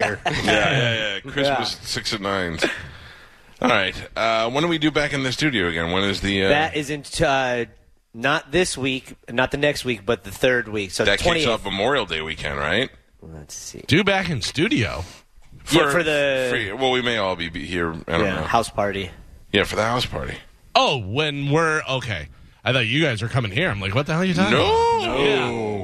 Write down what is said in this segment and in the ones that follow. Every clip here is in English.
there. Yeah, yeah, yeah. Christmas six and nines. All right. Uh, when do we do back in the studio again? When is the uh, That is in t- uh, not this week, not the next week, but the third week. So that kicks 20th. off Memorial Day weekend, right? Let's see. Do back in studio. Yeah, for the- for- well, we may all be, be here. I don't Yeah, know. house party. Yeah, for the house party. Oh, when we're okay. I thought you guys were coming here. I'm like, what the hell are you talking No, about?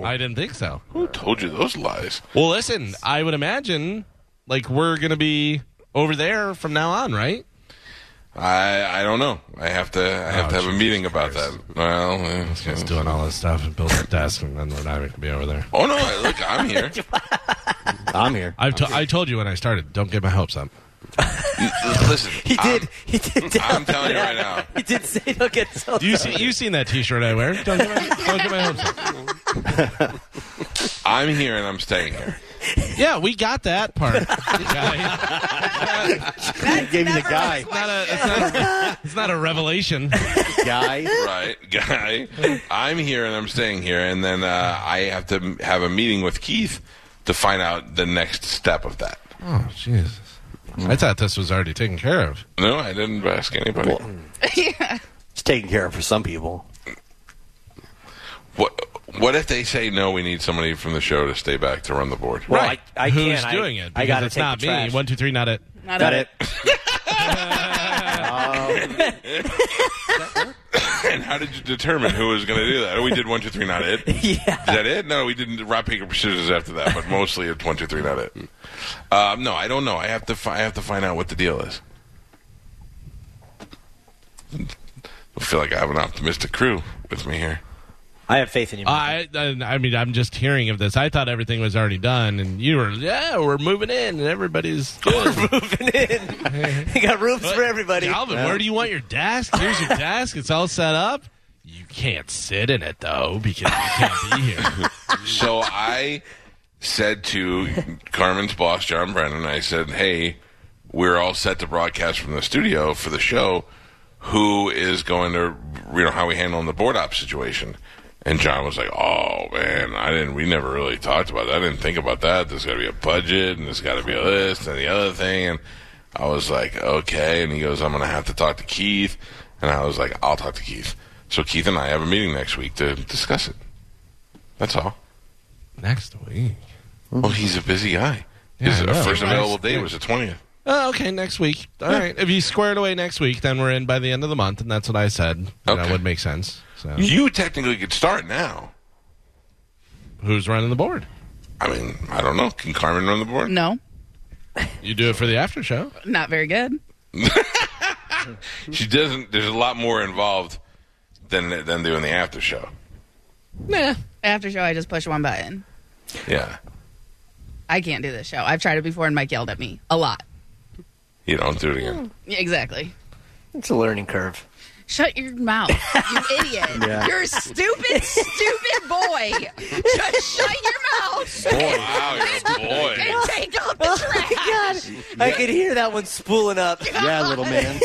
Yeah, I didn't think so. who told you those lies? Well, listen, I would imagine like we're gonna be over there from now on, right? I I don't know. I have to I have Oh, to have a Jesus meeting about that. Well, uh, Just doing all this stuff and building a desk, and then we're not even gonna be over there. oh no! I- Look, I'm here. I'm here. I've to- I told you when I started. Don't get my hopes up. Listen, He I'm- did. he did. tell I'm me telling you right that. now. Um, He did say he'll get so. You see, you seen that T-shirt I wear? Don't get my, don't get my hopes up. I'm here and I'm staying here. Yeah, we got that part. guy. I gave you the guy. It's not a, it's not, it's not a revelation. Guy. Right, guy. I'm here and I'm staying here, and then uh, I have to m- have a meeting with Keith to find out the next step of that. Oh, Jesus. I thought this was already taken care of. No, I didn't ask anybody. It's taken care of for some people. What What if they say no? We need somebody from the show to stay back to run the board. Well, I, I Who's can't. I- doing it? I Because got it's not me. One, two, three, not it. Not Got a- it. And how did you determine who was going to do that? Oh, we did one, two, three, not it. yeah. Is that it? No, we didn't. Rock paper scissors after that, but mostly it's one, two, three, not it. Um, no, I don't know. I have to. Fi- I have to find out what the deal is. I feel like I have an optimistic crew with me here. I have faith in you. man. I, I, I mean, I'm just hearing of this. I thought everything was already done, and you were, yeah, we're moving in, and everybody's good. moving in. you got rooms for everybody. Calvin, where do you want your desk? Here's your desk. It's all set up. You can't sit in it though because you can't be here. So I said to Carmen's boss, John Brennan, I said, hey, we're all set to broadcast from the studio for the show. Who is going to, you know, how we handling the board op situation? And John was like, oh, man, I didn't, we never really talked about that. I didn't think about that. There's got to be a budget and there's got to be a list and the other thing. And I was like, okay. And he goes, I'm going to have to talk to Keith. And I was like, I'll talk to Keith. So Keith and I have a meeting next week to discuss it. That's all. Next week. Well, he's a busy guy. Yeah, His I know. first available Nice. day was the twentieth. Oh, okay, next week. All right. If you square it away next week, then we're in by the end of the month, and that's what I said. You know, Okay. would make sense. So, You technically could start now. who's running the board? I mean, I don't know. Can Carmen run the board? No, You do it for the after show. not very good. She doesn't. There's a lot more involved than than doing the after show. Nah. After show, I just push one button. Yeah, I can't do this show. I've tried it before, and Mike yelled at me a lot. you don't do it again. Yeah, exactly. It's a learning curve. Shut your mouth, you idiot. You're a stupid, stupid boy. Just shut your mouth Boy, wow, you're a boy. and take out Oh the trash. I could hear that one spooling up. Yeah, little man.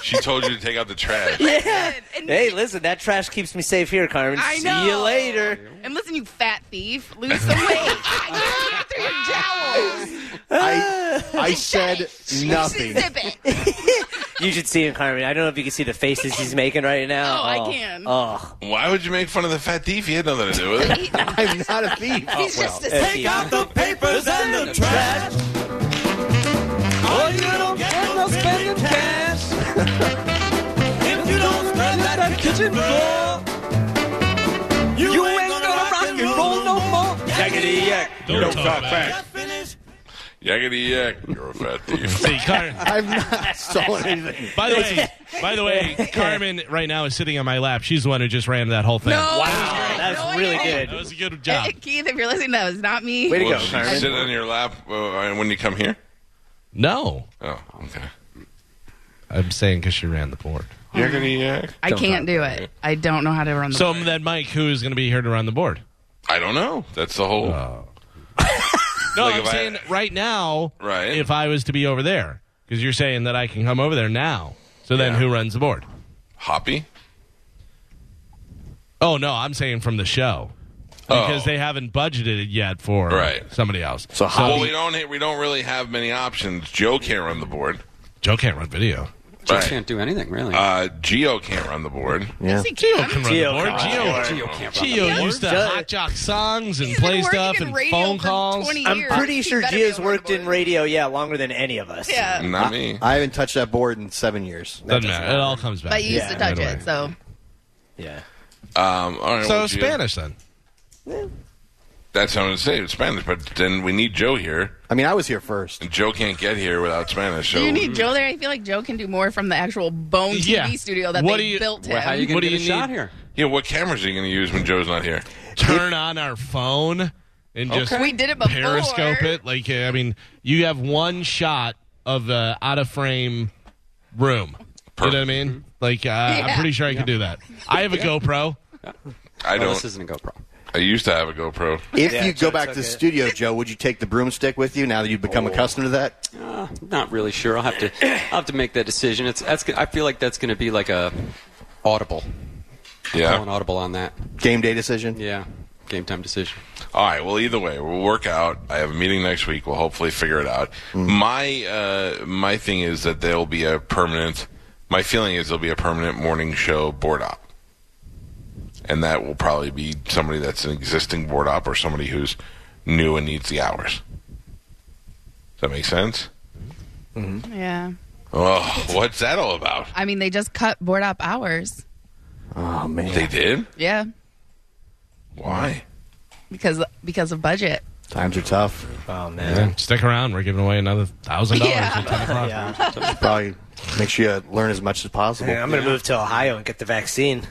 She told you to take out the trash. Yeah. And- Hey, listen, that trash keeps me safe here, Carmen. I See you know. later. And listen, you fat thief, lose some weight. I can't through your jowls. I, I said nothing. Zip it. You should see him, Carmen. I don't know if you can see the faces he's making right now. Oh, I can. Oh, Why would you make fun of the fat thief? He had nothing to do with it. I'm not a thief. He's just a take out the papers and the trash. Oh, you don't get no spending cash. if you don't spend that kitchen floor, you, ain't gonna rock and roll no more. Jaggedy yak. Don't talk back. Yakety yak, you're a fat thief. See, Carmen. I've not stolen anything. By the way, by the way, Carmen right now is sitting on my lap. She's the one who just ran that whole thing. No. Wow, that's No, I really know. good. That was a good job. Keith, if you're listening, that was not me. Way to Will go, she Carmen. sit on your lap uh, when you come here? No, Oh, okay. I'm saying because she ran the board. Yakety yak. I can't do it. I don't know how to run the. So board. then, Mike, who is going to be here to run the board? I don't know. That's the whole. Oh. No, Oh. Like I'm if I- saying right now. Right. If I was to be over there, because you're saying that I can come over there now. So then, Yeah. who runs the board? Hoppy? Oh no, I'm saying from the show. because Oh. they haven't budgeted it yet for Right. somebody else. So how Well, we don't we don't really have many options. Joe can't run the board. Joe can't run video. Joe Right. can't do anything really. Uh, Geo can't run the board. yeah. Geo can run Geo the board. can Geo, run the Geo can't run the Geo board. used to Joe- hot jock songs and He's been play working stuff in and radio phone for calls. 20 I'm years. pretty He sure better be Gio's on the worked in board. radio, yeah, longer than any of us. Yeah. Mm, Not me. I haven't touched that board in seven years. Doesn't matter. It all comes back. But you used Yeah, to right touch away. it, so Yeah. Um, all right, So well, Gio- Spanish then. That's what I'm going to say. It's Spanish, but then we need Joe here. I mean, I was here first. And Joe can't get here without Spanish. So you need Joe there. I feel like Joe can do more from the actual Bone TV Yeah. studio that What do they you- built him. well, how are you What going to do get a you shot need? here? yeah, what cameras are you going to use when Joe's not here? Turn on our phone and just We did it before. periscope it. Like I mean, you have one shot of the out of frame room. You know what I mean? Like uh, I'm Yeah. pretty sure I can do that. I have a GoPro. I Oh, don't. this isn't a GoPro. I used to have a GoPro. If Yeah, you Joe go back to took the it. studio, Joe, would you take the broomstick with you now that you've become accustomed to that? Uh, not really sure. I'll have to. I'll have to make that decision. It's. That's. I feel like that's going to be like a audible. Call an Yeah. audible on that. Game day decision? Yeah. Game time decision. All right. Well, either way, we'll work out. I have a meeting next week. We'll hopefully figure it out. My uh, my thing is that there'll be a permanent. My feeling is there'll be a permanent morning show board op, and that will probably be somebody that's an existing board op or somebody who's new and needs the hours. Does that make sense? Yeah. Oh, what's that all about? I mean, they just cut board up hours. Oh, man. They did. Yeah. Why? Because because of budget. Times are tough. Oh man. Stick around. We're giving away another thousand dollars Yeah. at ten o'clock. Yeah. Probably make sure you learn as much as possible. Yeah, I'm gonna move to Ohio and get the vaccine.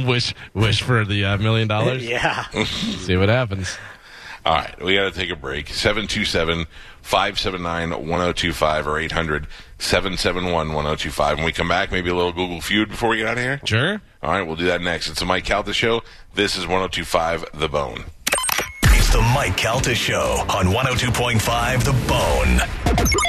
wish wish for the uh, million dollars. Yeah. See what happens. All right, we got to take a break. 727 579 1025 or 800 771 1025. When we come back, maybe a little Google feud before we get out of here. Sure. All right, we'll do that next. It's the Mike Calta Show. This is 1025 The Bone. It's the Mike Calta Show on 102.5 The Bone.